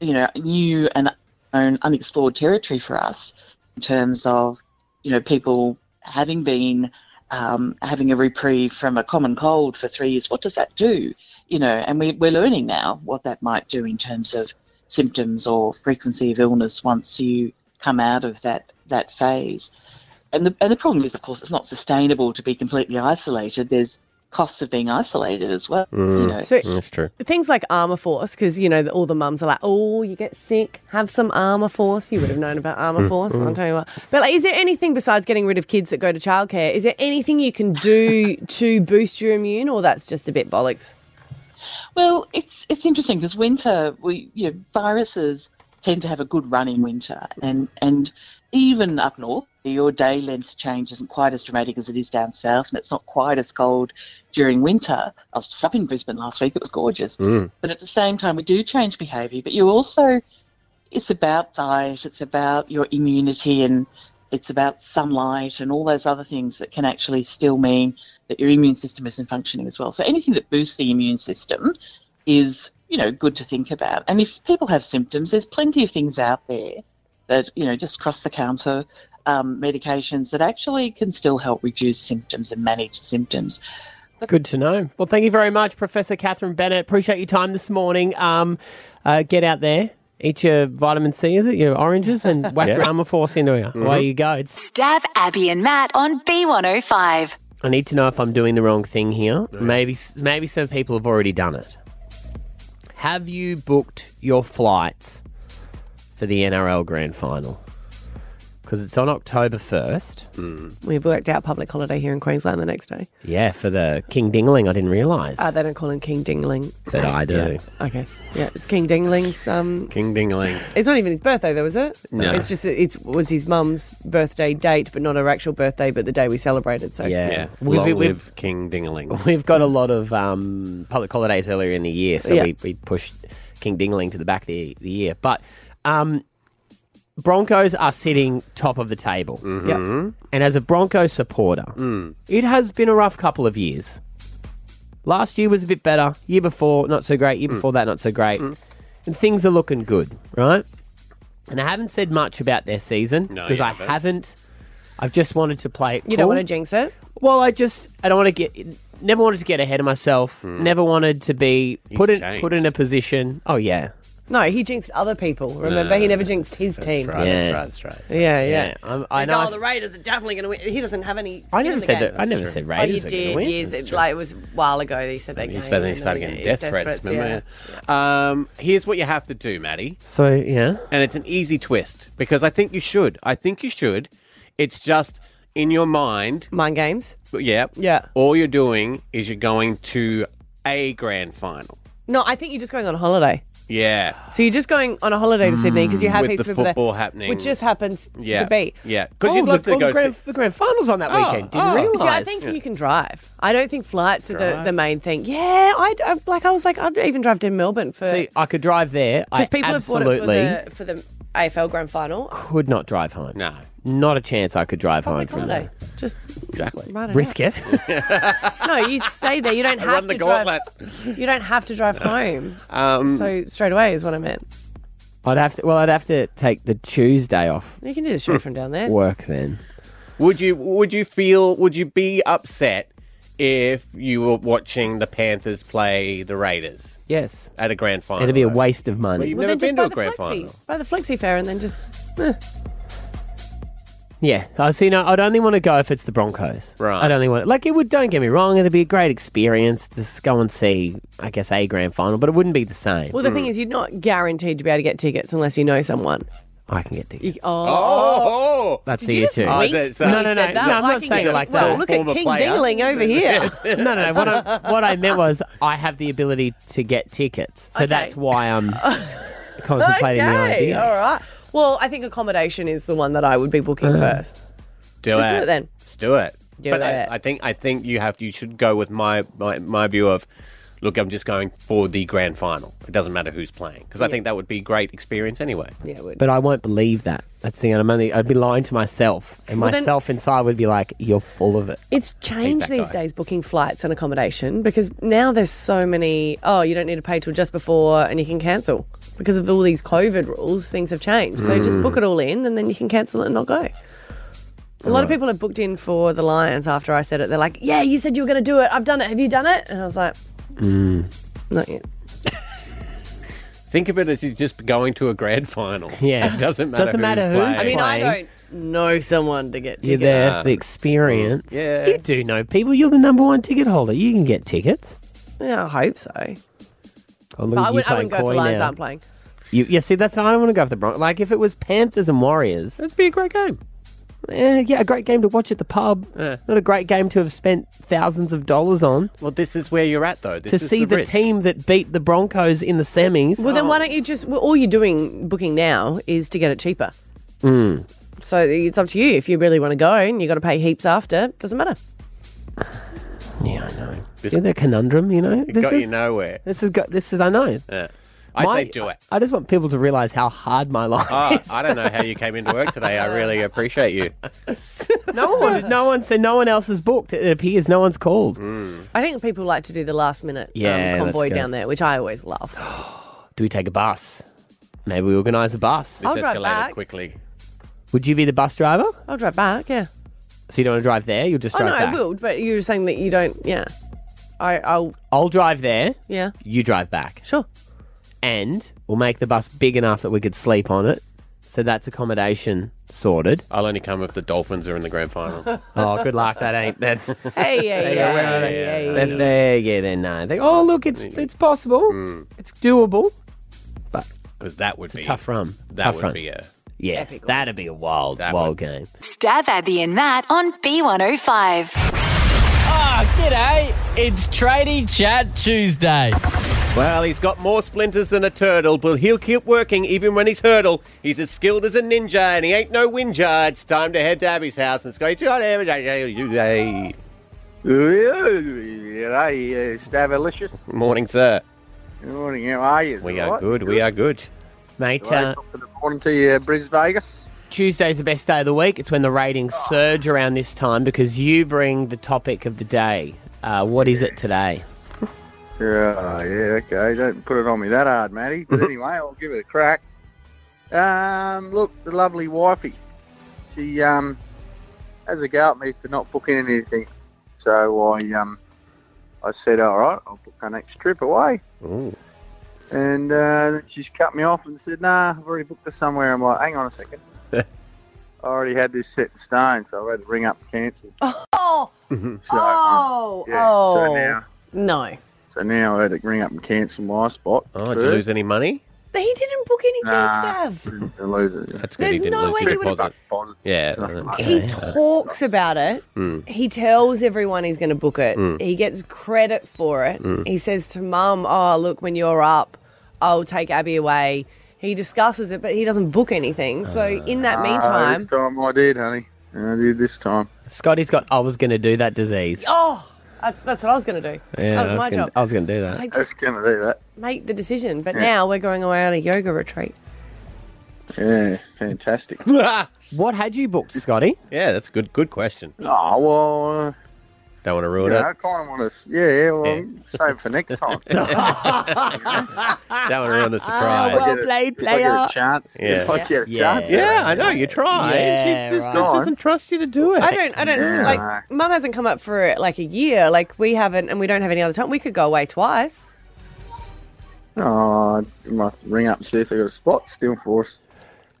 you know, new and un- unexplored territory for us in terms of, you know, people having been um, having a reprieve from a common cold for three years. What does that do? You know, and we, we're learning now what that might do in terms of symptoms or frequency of illness once you come out of that that phase. And the, and the problem is, of course, it's not sustainable to be completely isolated. There's costs of being isolated as well. You know,
So-
that's true.
Things like Armour Force, because you know the, all the mums are like, "Oh, you get sick, have some Armour Force." You would have known about Armour
Mm,
Force. I'll
mm.
tell you what. But like, is there anything besides getting rid of kids that go to childcare? Is there anything you can do to boost your immune, or that's just a bit bollocks?
Well, it's it's interesting because winter, we you know, viruses tend to have a good run in winter, and and even up north, your day length change isn't quite as dramatic as it is down south, and it's not quite as cold during winter. I was just up in Brisbane last week; it was gorgeous. But at the same time, we do change behaviour. But you also, it's about diet, it's about your immunity, and it's about sunlight and all those other things that can actually still mean that your immune system isn't functioning as well. So anything that boosts the immune system is, you know, good to think about. And if people have symptoms, there's plenty of things out there that you know just cross the counter um, medications that actually can still help reduce symptoms and manage symptoms.
Good to know. Well, thank you very much, Professor Catherine Bennett. Appreciate your time this morning. Um, uh, get out there, eat your vitamin C, is it? Your oranges, and whack
Yeah.
your armor force into you. Away you go. It's
Stab Abby and Matt on B105.
I need to know if I'm doing the wrong thing here. Maybe maybe some people have already done it. Have you booked your flights for the NRL Grand Final? Because it's on October 1st.
We've worked out public holiday here in Queensland the next day.
Yeah, for the King Dingling. I didn't realise.
Uh, they don't call him King Dingling.
but I do.
Okay. Yeah, it's King Dingling's. Um,
King Dingling.
It's not even his birthday, though, is it?
No.
It's just that it was his mum's birthday date, but not her actual birthday, but the day we celebrated. So
Yeah.
Long
we- we've-
live King Dingling.
We've got a lot of um, public holidays earlier in the year, so
Yeah.
we, we pushed King Dingling to the back of the, the year. But um, Broncos are sitting top of the table.
Yeah.
And as a Broncos supporter,
Hmm.
it has been a rough couple of years. Last year was a bit better. Year before, not so great. Year before that, not so great. And things are looking good, right? And I haven't said much about their season
No,
because
you
I
haven't.
haven't. I've just wanted to play it.
You don't
cool.
want to jinx it?
Well, I just I don't want to get
Hmm.
never wanted to get ahead of myself. Never wanted to be put in
changed.
put in a position. Oh yeah,
No, he jinxed other people. Remember, he never jinxed his team.
right, that's right, that's right.
Yeah, yeah.
Yeah,
I'm, I
Like,
know.
oh, the Raiders are definitely going to win. He doesn't have any.
I
skin
never
in the
said
game.
that. I never said
Oh, you
Raiders. were gonna
did
win.
years. It, like it was a while ago that you said that.
He
game,
said then he
and
started getting death threats.
yeah.
Remember? Um, here's what you have to do, Maddie.
So yeah,
and it's an easy twist because I think you should. I think you should. It's just in your mind.
Mind games.
Yeah.
Yeah.
All you're doing is you're going to a grand final.
No, I think you're just going on holiday.
Yeah.
So you're just going on a holiday to Sydney because you have
Mm, With
heaps
the
of people there,
football happening.
which just happens
Yeah.
to be. Oh,
Yeah. Because you'd love to go.
the, grand, the grand finals on that
Oh,
weekend. Didn't
oh.
realize.
See, I think you can drive. I don't think flights are the, the main thing. Yeah, I, I like. I was like, I'd even drive to Melbourne for
See, I could drive there. I
because people have bought
absolutely
it for the for the AFL Grand Final.
could not drive home.
No.
Not a chance I could drive home from
Holiday.
there.
Just
Exactly.
run it
Risk
out.
it.
No, you stay there. You don't have
Run
to
the
drive.
gauntlet.
You don't have to drive home.
Um,
So straight away is what I meant.
I'd have to. Well, I'd have to take the Tuesday off
You can do the
hmm.
show from down there.
work then.
would you? Would you feel? Would you be upset if you were watching the Panthers play the Raiders
Yes,
at a grand final?
it'd be a waste of
Well,
money.
you've
Well,
never
then
been
just
to
buy
a
the
grand
flexi,
final.
Buy the flexi fare and then just. eh.
Yeah, I see. No, I'd only want to go if it's the Broncos.
Right.
I'd only want like it would. Don't get me wrong; it'd be a great experience to s- go and see. I guess a grand final, but it wouldn't be the same.
Well, the
Hmm.
thing is, you're not guaranteed to be able to get tickets unless you know someone.
I can get the.
You, oh.
Oh,
That's
Did
the
you just
issue.
Oh,
wink
that's-
when
no,
you
no, no,
said
no,
that?
I'm not
I can
saying
get-
it like
well,
that.
look at
Former
King
player.
Dingling over here.
No, no, no. What I, what I meant was I have the ability to get tickets, so
Okay.
that's why I'm contemplating the
okay,
idea.
all right. Well, I think accommodation is the one that I would be booking
Uh.
first.
Do
Just do it then.
Let's do it.
Do
but
it.
I, I think I think you have you should go with my, my my view of look. I'm just going for the grand final. It doesn't matter who's playing because I think that would be a great experience anyway.
Yeah, it would.
But I won't believe that. That's the thing. I'm only, I'd be lying to myself, and
Well, then-
myself inside would be like, "You're full of it."
It's changed
that
these
guy.
days booking flights and accommodation because now there's so many. Oh, you don't need to pay till just before, and you can cancel because of all these COVID rules. Things have changed, so just
Mm.
book it all in, and then you can cancel it and not go. A lot of people have booked in for the Lions after I said it. They're like, "Yeah, you said you were going to do it. I've done it. Have you done it?" And I was like,
嗯
"Not yet."
Think of it as you just going to a grand final.
Yeah.
it doesn't matter.
Doesn't
who's
matter who's
playing.
I mean, I
Playing.
don't know someone to get
You're
tickets.
there for the experience.
Yeah.
You do know people. You're the number one ticket holder. You can get tickets.
Yeah, I hope so.
Oh, look
But
at
I,
you
would, I wouldn't
playing
go if the
coy
Lions
now.
aren't playing.
You, yeah, see, that's I don't want to go for the Broncos. Like, if it was Panthers and Warriors,
it'd be a great game.
eh, yeah, a great game to watch at the pub. Not a great game to have spent thousands of dollars on.
Well, this is where you're at though. This
to
is
see the,
risk.
team that beat the Broncos in the semis.
Well, then why don't you just? Well, all you're doing booking now is to get it cheaper.
Hmm.
So it's up to you if you really want to go, and you got to pay heaps after. Doesn't matter.
yeah, I know.
This-
See the conundrum, you know.
It
This
got
is,
you nowhere.
This has got. This is. I know.
Yeah. I
My-
say do it.
I just want people to realise how hard my life
Oh,
is.
I don't know how you came into work today. I really appreciate you.
no one. No one. So no one else is booked. It appears no one's called.
Hmm.
I think people like to do the last minute
Yeah,
um, convoy
let's go.
down there, which I always love.
Do we take a bus? Maybe we organise a bus.
This
I'll drive
escalated
back.
quickly.
Would you be the bus driver?
I'll drive back. Yeah.
So you don't want to drive there. You'll just
oh
drive
no,
back.
I will. But you were saying that you don't. Yeah. I. I'll.
I'll drive there.
Yeah.
You drive back,
Sure.
and we'll make the bus big enough that we could sleep on it. So that's accommodation sorted.
I'll only come if the Dolphins are in the grand final.
Oh, good luck. That ain't that.
Hey, yeah, yeah, yeah, yeah,
They're, they're, yeah, they're no. They, oh, look, it's
Mm.
it's possible. It's doable.
Because Mm. that would be
Tough run.
That
Tough
would
run.
be a.
Yes, that'd be a wild,
That
wild game.
Stab Abby and Matt on B105.
Ah, g'day. It's Tradie Chat Tuesday.
Well, he's got more splinters than a turtle, but he'll keep working even when he's hurdle. He's as skilled as a ninja, and he ain't no whinger. It's time to head to Abby's house and go to Abby's
Hey, Stavalicious.
Morning, sir.
uh, Good morning, how are you?
We are good. We are good.
Mate, uh,
Good morning to you, uh, Bris Vegas.
Tuesday's the best day of the week. It's when the ratings surge around this time because you bring the topic of the day. Uh, what is it today?
Yeah, yeah, okay. Don't put it on me that hard, Matty. But anyway, I'll give it a crack. Um, look, the lovely wifey. She um has a go at me for not booking anything. So I um I said, all right, I'll book our next trip away. And uh, she's cut me off and said, "Nah, I've already booked this somewhere." I'm like, "Hang on a second, I already had this set in stone, so I had to ring up and cancel."
Oh,
So,
oh,
yeah,
oh.
so now-
No.
so now I had to ring up and cancel my spot.
Oh, did you lose any money?
He didn't book anything, Stav.
didn't lose it.
That's good. he
There's
didn't
no
lose
way
the
he would've-
deposit. Yeah. okay.
He talks about it.
Mm.
He tells everyone he's going to book it.
Mm.
He gets credit for it.
Mm.
He says to mum, Oh, look, when you're up, I'll take Abby away. He discusses it, but he doesn't book anything. So, in that
Uh,
Ah,
meantime,
this time I did, honey. I did this time.
Scotty's got. I was going to do that disease.
oh, that's, that's what I was going to do. that was
I
my
gonna,
job.
I was going to do that.
It's like, just
gonna do that.
make the decision. But
Yeah.
now we're going away on a yoga retreat.
Yeah, fantastic.
what had you booked, Scotty?
Yeah, that's a good good question.
Oh well. Uh,
Don't want to
you
ruin
know,
it.
I kind of want to. Yeah, yeah. Well,
Yeah.
save for next time.
Don't want to ruin
Ah,
the surprise.
well played,
If I get a
player.
chance-
if I get a chance,
Yeah,
yeah.
I know. You try.
Yeah,
she just,
right.
just doesn't trust you to do it.
I don't, I don't, like, mum hasn't come up for like a year. Like, we haven't, and we don't have any other time. We could go away twice.
Oh, I might ring up and see if they got a spot still for us.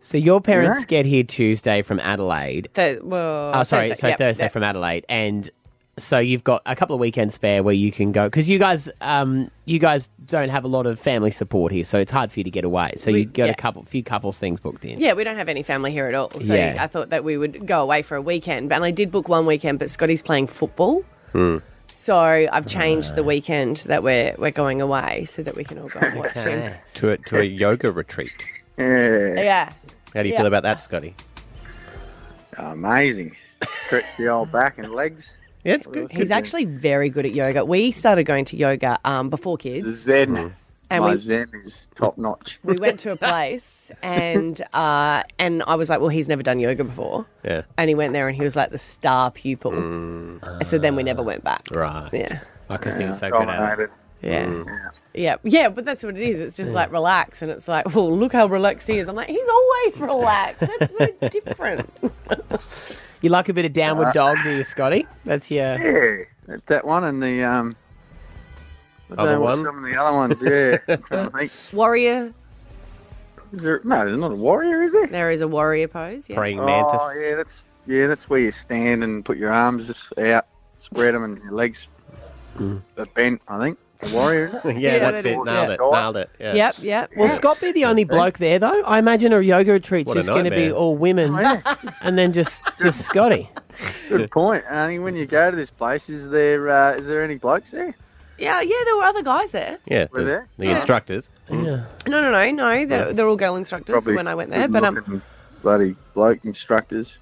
So your parents
Yeah.
get here Tuesday from Adelaide.
Th- well,
oh, sorry,
Thursday.
so
Yep,
Thursday
yep.
from Adelaide, and so you've got a couple of weekends spare where you can go because you guys, um, you guys don't have a lot of family support here, so it's hard for you to get away. So
We-
you got
yeah.
a couple, few couples things booked in.
Yeah, we don't have any family here at all. So
Yeah.
I thought that we would go away for a weekend. But- And I did book one weekend, but Scotty's playing football.
Hmm.
So I've changed the weekend that we're we're going away so that we can all go and watch him.
To a, to a yoga retreat.
Yeah.
Yeah.
How do you
Yeah.
feel about that, Scotty?
Amazing. Stretch the old back and legs.
Yeah, it's
good.
He's actually very good at yoga. We started going to yoga um, before kids.
Hmm.
Hmm.
Zen.
And
My
we-
Zen is top notch.
We went to a place and uh, and I was like, well, he's never done yoga before.
Yeah.
And he went there and he was like the star pupil.
Mm.
so then we never went back.
Right. Mm.
Yeah.
Because he
Yeah,
was so good at it.
dominated.
Yeah. Yeah, yeah, but that's what it is. It's just like relax, and it's like, well, look how relaxed he is. I'm like, he's always relaxed. That's so different.
You like a bit of downward
Uh,
dog, do you, Scotty? That's your.
Yeah, that- that one and the um. I don't
Other
know what
one?
Some of the other ones, yeah. I'm trying to think.
Warrior.
Is there? No, there's not a warrior, is there?
There is a warrior pose. Yeah.
Oh, yeah, that's yeah, that's where you stand and put your arms just out, spread them, and your legs are bent. I think the warrior. isn't
Hmm. Yeah, Yeah, that's that it. is. Nailed it, nailed it, yeah.
Yep,
yep.
Will Scott be the only bloke there though? I imagine a yoga retreat's
What a
just going to be
nightmare.
all women, and then just just Scotty.
Good point, Annie. When you go to this place, is there uh, is there any blokes there?
Yeah, yeah. There were other guys there.
Yeah,
Were
the,
there?
the
Yeah.
instructors.
No, no, no, no. They're,
Yeah.
they're all girl instructors
Mm. Probably
when I went there, but um,
good-looking bloody bloke instructors.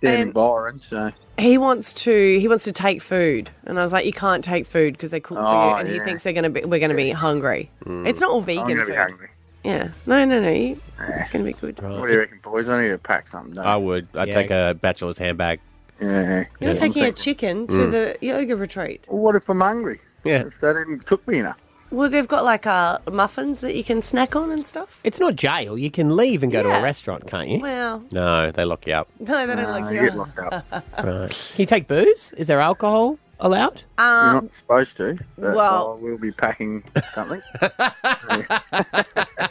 Dan
And-
Byron, so
he wants to he wants to take food, and I was like, you can't take food because they cook for
Oh,
you, and he
yeah.
thinks they're gonna be we're gonna be hungry.
Mm.
It's not all vegan
I'm gonna
food.
be hungry.
Yeah. No, no, no. you- It's gonna be good.
What do you reckon, boys? I need to pack something. Don't
I would. I'd
Yeah.
take a bachelor's handbag.
Yeah.
You're not taking a chicken to
Mm.
the yoga retreat.
What if I'm hungry?
Yeah.
If they didn't cook me enough.
Well, they've got like uh, muffins that you can snack on and stuff.
It's not jail. You can leave and go to
Yeah.
a restaurant, can't you?
Well,
No, they lock you up.
no, they don't
No,
like
you
you.
get
locked up.
Right. Can you take booze? Is there alcohol allowed?
You're
Um,
not supposed to. But
well-
I will be packing something. Uh,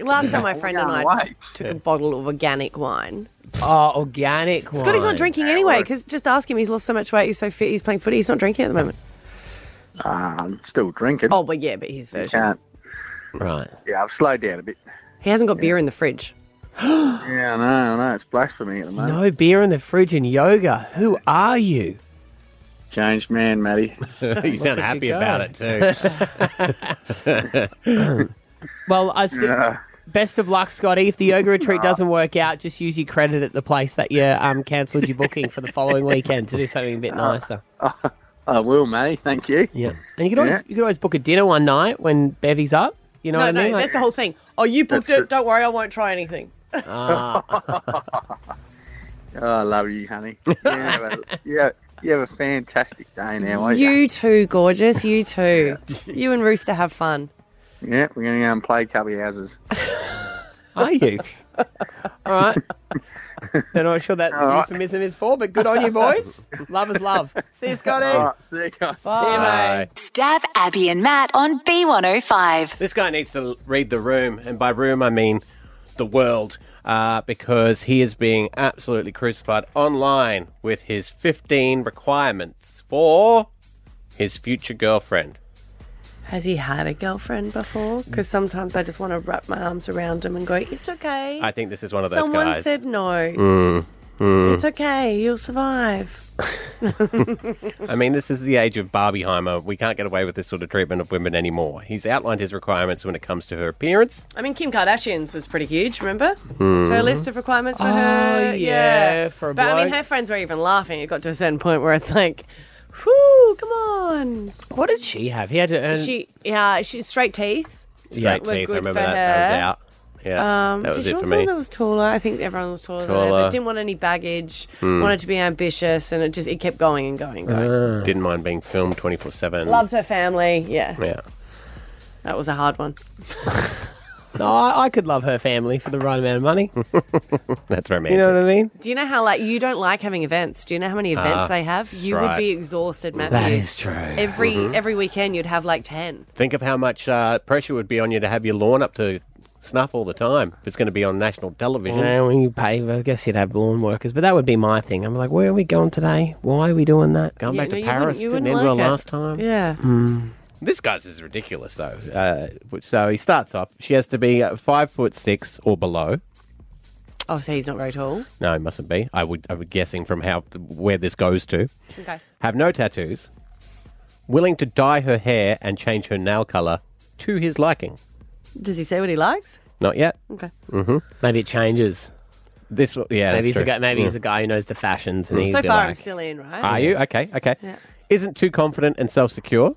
last time my friend and I
away.
took a bottle of organic wine.
Oh, organic wine.
Scotty's not drinking anyway because just ask him. He's lost so much weight. He's so fit. He's playing footy. He's not drinking at the moment.
Ah, I'm still drinking.
Oh, but yeah, but his version.
Can't.
Right.
Yeah, I've slowed down a bit.
He hasn't got beer in the fridge.
yeah, I know, I know. It's blasphemy at the moment.
No beer in the fridge and yoga. Who are you?
Changed man, Matty.
you sound
Look at
happy
you go.
about it too.
Well, I still.
Yeah.
Best of luck, Scotty. If the yoga retreat doesn't work out, just use your credit at the place that you um, cancelled your booking for the following weekend to do something a bit nicer.
I will, Matty. Thank you.
Yeah. And you could always you could always book a dinner one night when Bevy's up. You know
no,
what
no,
I mean? Like-
that's the whole thing. Oh, you booked
That's
it. Don't worry, I won't try anything.
ah,
Oh, I love you, honey. Yeah, but- yeah. You have a fantastic day now, won't you?
You too, gorgeous. You too. you and Rooster have fun.
Yeah, we're going to go and play Cubby Houses.
Are you? All right. They're not sure that
All right.
euphemism is for, but good on you, boys. love is love. See you, Scotty.
All right,
see you guys.
Bye.
Stab Abby and Matt on B105.
This guy needs to l- read the room, and by room I mean the world, uh, because he is being absolutely crucified online with his 15 requirements for his future girlfriend.
Has he had a girlfriend before? Because sometimes I just want to wrap my arms around him and go, "It's okay."
I think this is one of those
Someone
guys.
said no.
Oh.
Mm, mm.
It's okay. You'll survive.
I mean, this is the age of Barbieheimer. We can't get away with this sort of treatment of women anymore. He's outlined his requirements when it comes to her appearance.
I mean, Kim Kardashian's was pretty huge. Remember
Hmm. Oh,
her list of requirements for her.
yeah, for a
but I mean,
bloke.
her friends were even laughing. It got to a certain point where it's like, "Whoo, come on!"
What did she have? He had to earn.
she yeah, she's straight teeth.
uh, Straight
Looked
teeth. I
good
remember
for
that. That was
her.
out. Yeah,
um,
that was
she
it
want
for
someone
me.
that was taller? I think everyone was taller, than her.
Taller.
But didn't want any baggage.
Hmm.
Wanted to be ambitious, and it just it kept going and going.
Ah. Didn't mind being filmed 24 7.
Loves her family. Yeah,
Yeah.
that was a hard one.
No, I, I could love her family for the right amount of money.
That's romantic.
You know what I mean?
Do you know how like you don't like having events? Do you know how many events
Ah,
they have?
that's
You would
right.
be exhausted, Matthew.
That is true.
Every
Mhm.
every weekend you'd have like ten.
Think of how much uh, pressure would be on you to have your lawn up to snuff all the time. If it's going to be on national television.
Yeah, when you pay, I guess you'd have lawn workers, but that would be my thing. I'm like, where are we going today? Why are we doing that?
Going
Yeah,
back
no,
to
you wouldn't-
Paris,
you
didn't
wouldn't
end well
like it.
last time.
Yeah.
This guy's is ridiculous, though. Uh, which- so he starts off, she has to be uh, five foot six or below.
Oh, so he's not very tall.
No, it mustn't be. I would, I would guessing from how where this goes to.
Okay.
Have no tattoos. Willing to dye her hair and change her nail color to his liking.
Does he say what he likes?
Not yet.
Okay.
Mm-hmm.
Maybe it changes.
This, yeah, that's
maybe he's
true.
a guy. Maybe he's
Mm.
a guy who knows the fashions, and
Mm.
he's
So
be
far,
like,
I'm still in, right?
Are you okay? Okay.
Yeah.
Isn't too confident and self secure.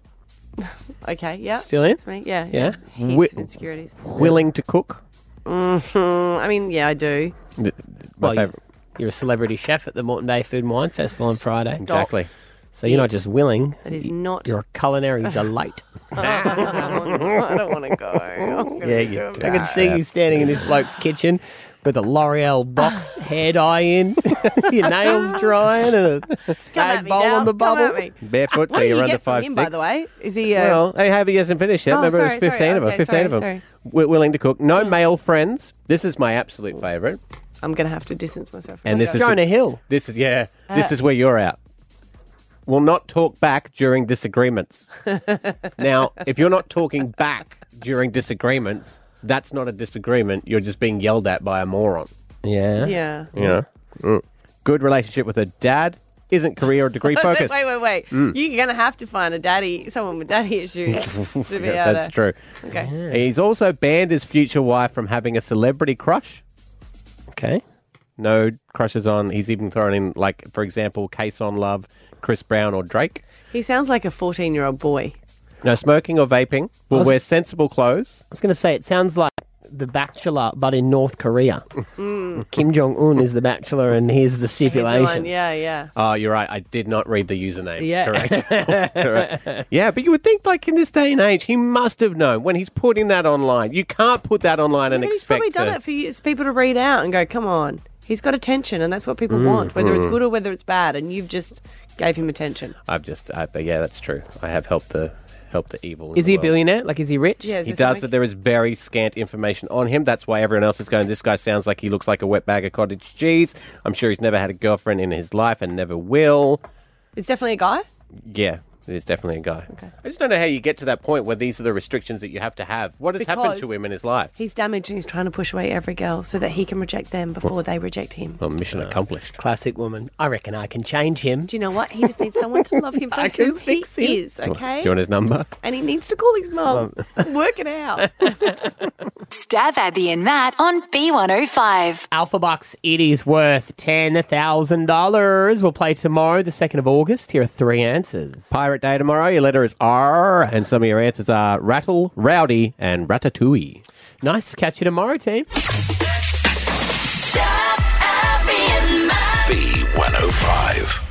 Okay. Yeah.
Still in?
That's me. Yeah.
Yeah.
Heaps
Wi-
of insecurities.
Willing to cook.
Mhm. I mean, yeah, I do.
well, you- you're a celebrity chef at the Moreton Bay Food and Wine Festival on Friday.
Exactly.
So you're not
Yes.
just willing.
That is
y-
not-
You're a culinary delight.
I don't want to go.
yeah, you do. I can see you standing in this bloke's kitchen with a L'Oreal box hair dye in, your nails drying, and a
at
spag
me,
bowl
Dal.
on the
Come
bubble.
at me.
Barefoot,
What
so
do you
you're under
get from
five
him,
six.
by the way? Is he? Uh,
Well, hey, Happy hasn't finished yet.
Oh,
Remember,
sorry,
it was
sorry.
15 of them.
Okay,
15
sorry,
of them.
sorry.
Wi- willing to cook. No male friends. This is my absolute favourite.
I'm gonna have to distance myself. from
And this
that.
is This is yeah. this
Uh.
is where you're out. Will not talk back during disagreements. now, if you're not talking back during disagreements, that's not a disagreement. You're just being yelled at by a moron.
Yeah.
Yeah.
You know. Mm. Good relationshep with her dad. Isn't career or degree focused.
wait, wait, wait.
Mm.
You're going to have to find a daddy, someone with daddy issues to be
Yeah,
able
that's
to-
true.
Okay.
He's also banned his future wife from having a celebrity crush.
Okay.
No crushes on. He's even thrown in, like, for example, Case on Love, Chris Brown, or Drake.
He sounds like a 14 year old boy.
No smoking or vaping. Will
was-
wear sensible clothes.
I was going to say, it sounds like The Bachelor, but in North Korea.
Mm.
Kim Jong Un is The Bachelor, and here's Mm. the stipulation.
yeah, yeah.
Oh, you're right. I did not read the username.
Yeah.
Correct. Correct. Yeah, but you would think, like, in this day and age, he must have known when he's putting that online. You can't put that online and
But he's
expect
probably done
to-
it for you, people to read out and go, come on. He's got attention, and that's what people
Mm,
want, whether it's
mm.
good or whether it's bad. And you've just gave him attention.
I've just, I, but yeah, that's true. I have helped the helped the evil. in
Is
the
he a
world.
billionaire? Like, is he rich?
Yeah, is
he
there
does,
something-
but there is very scant information on him. That's why everyone else is going. This guy sounds like he looks like a wet bag of cottage cheese. I'm sure he's never had a girlfriend in his life and never will.
It's definitely a guy.
Yeah, it is definitely a guy. Okay. I just don't know how you get to that point where these are the restrictions that you have to have. What has happened to
Because-
him in his life?
He's damaged and he's trying to push away every girl so that he can reject them before they reject him.
Well, mission accomplished.
Uh, Classic woman. I reckon I can change him.
Do you know what? He just needs someone to love him for who he is,
Do you want-
okay?
Do you want his number?
And he needs to call his mum. Work it out.
Stab Abby and Matt on B105.
Alpha Bucks, it is worth $10,000. We'll play tomorrow, the 2nd of August. Here are three answers.
Pirate Day tomorrow. Your letter is R, and some of your answers are rattle, rowdy, and ratatouille.
Nice. Catch you tomorrow, team.
B105.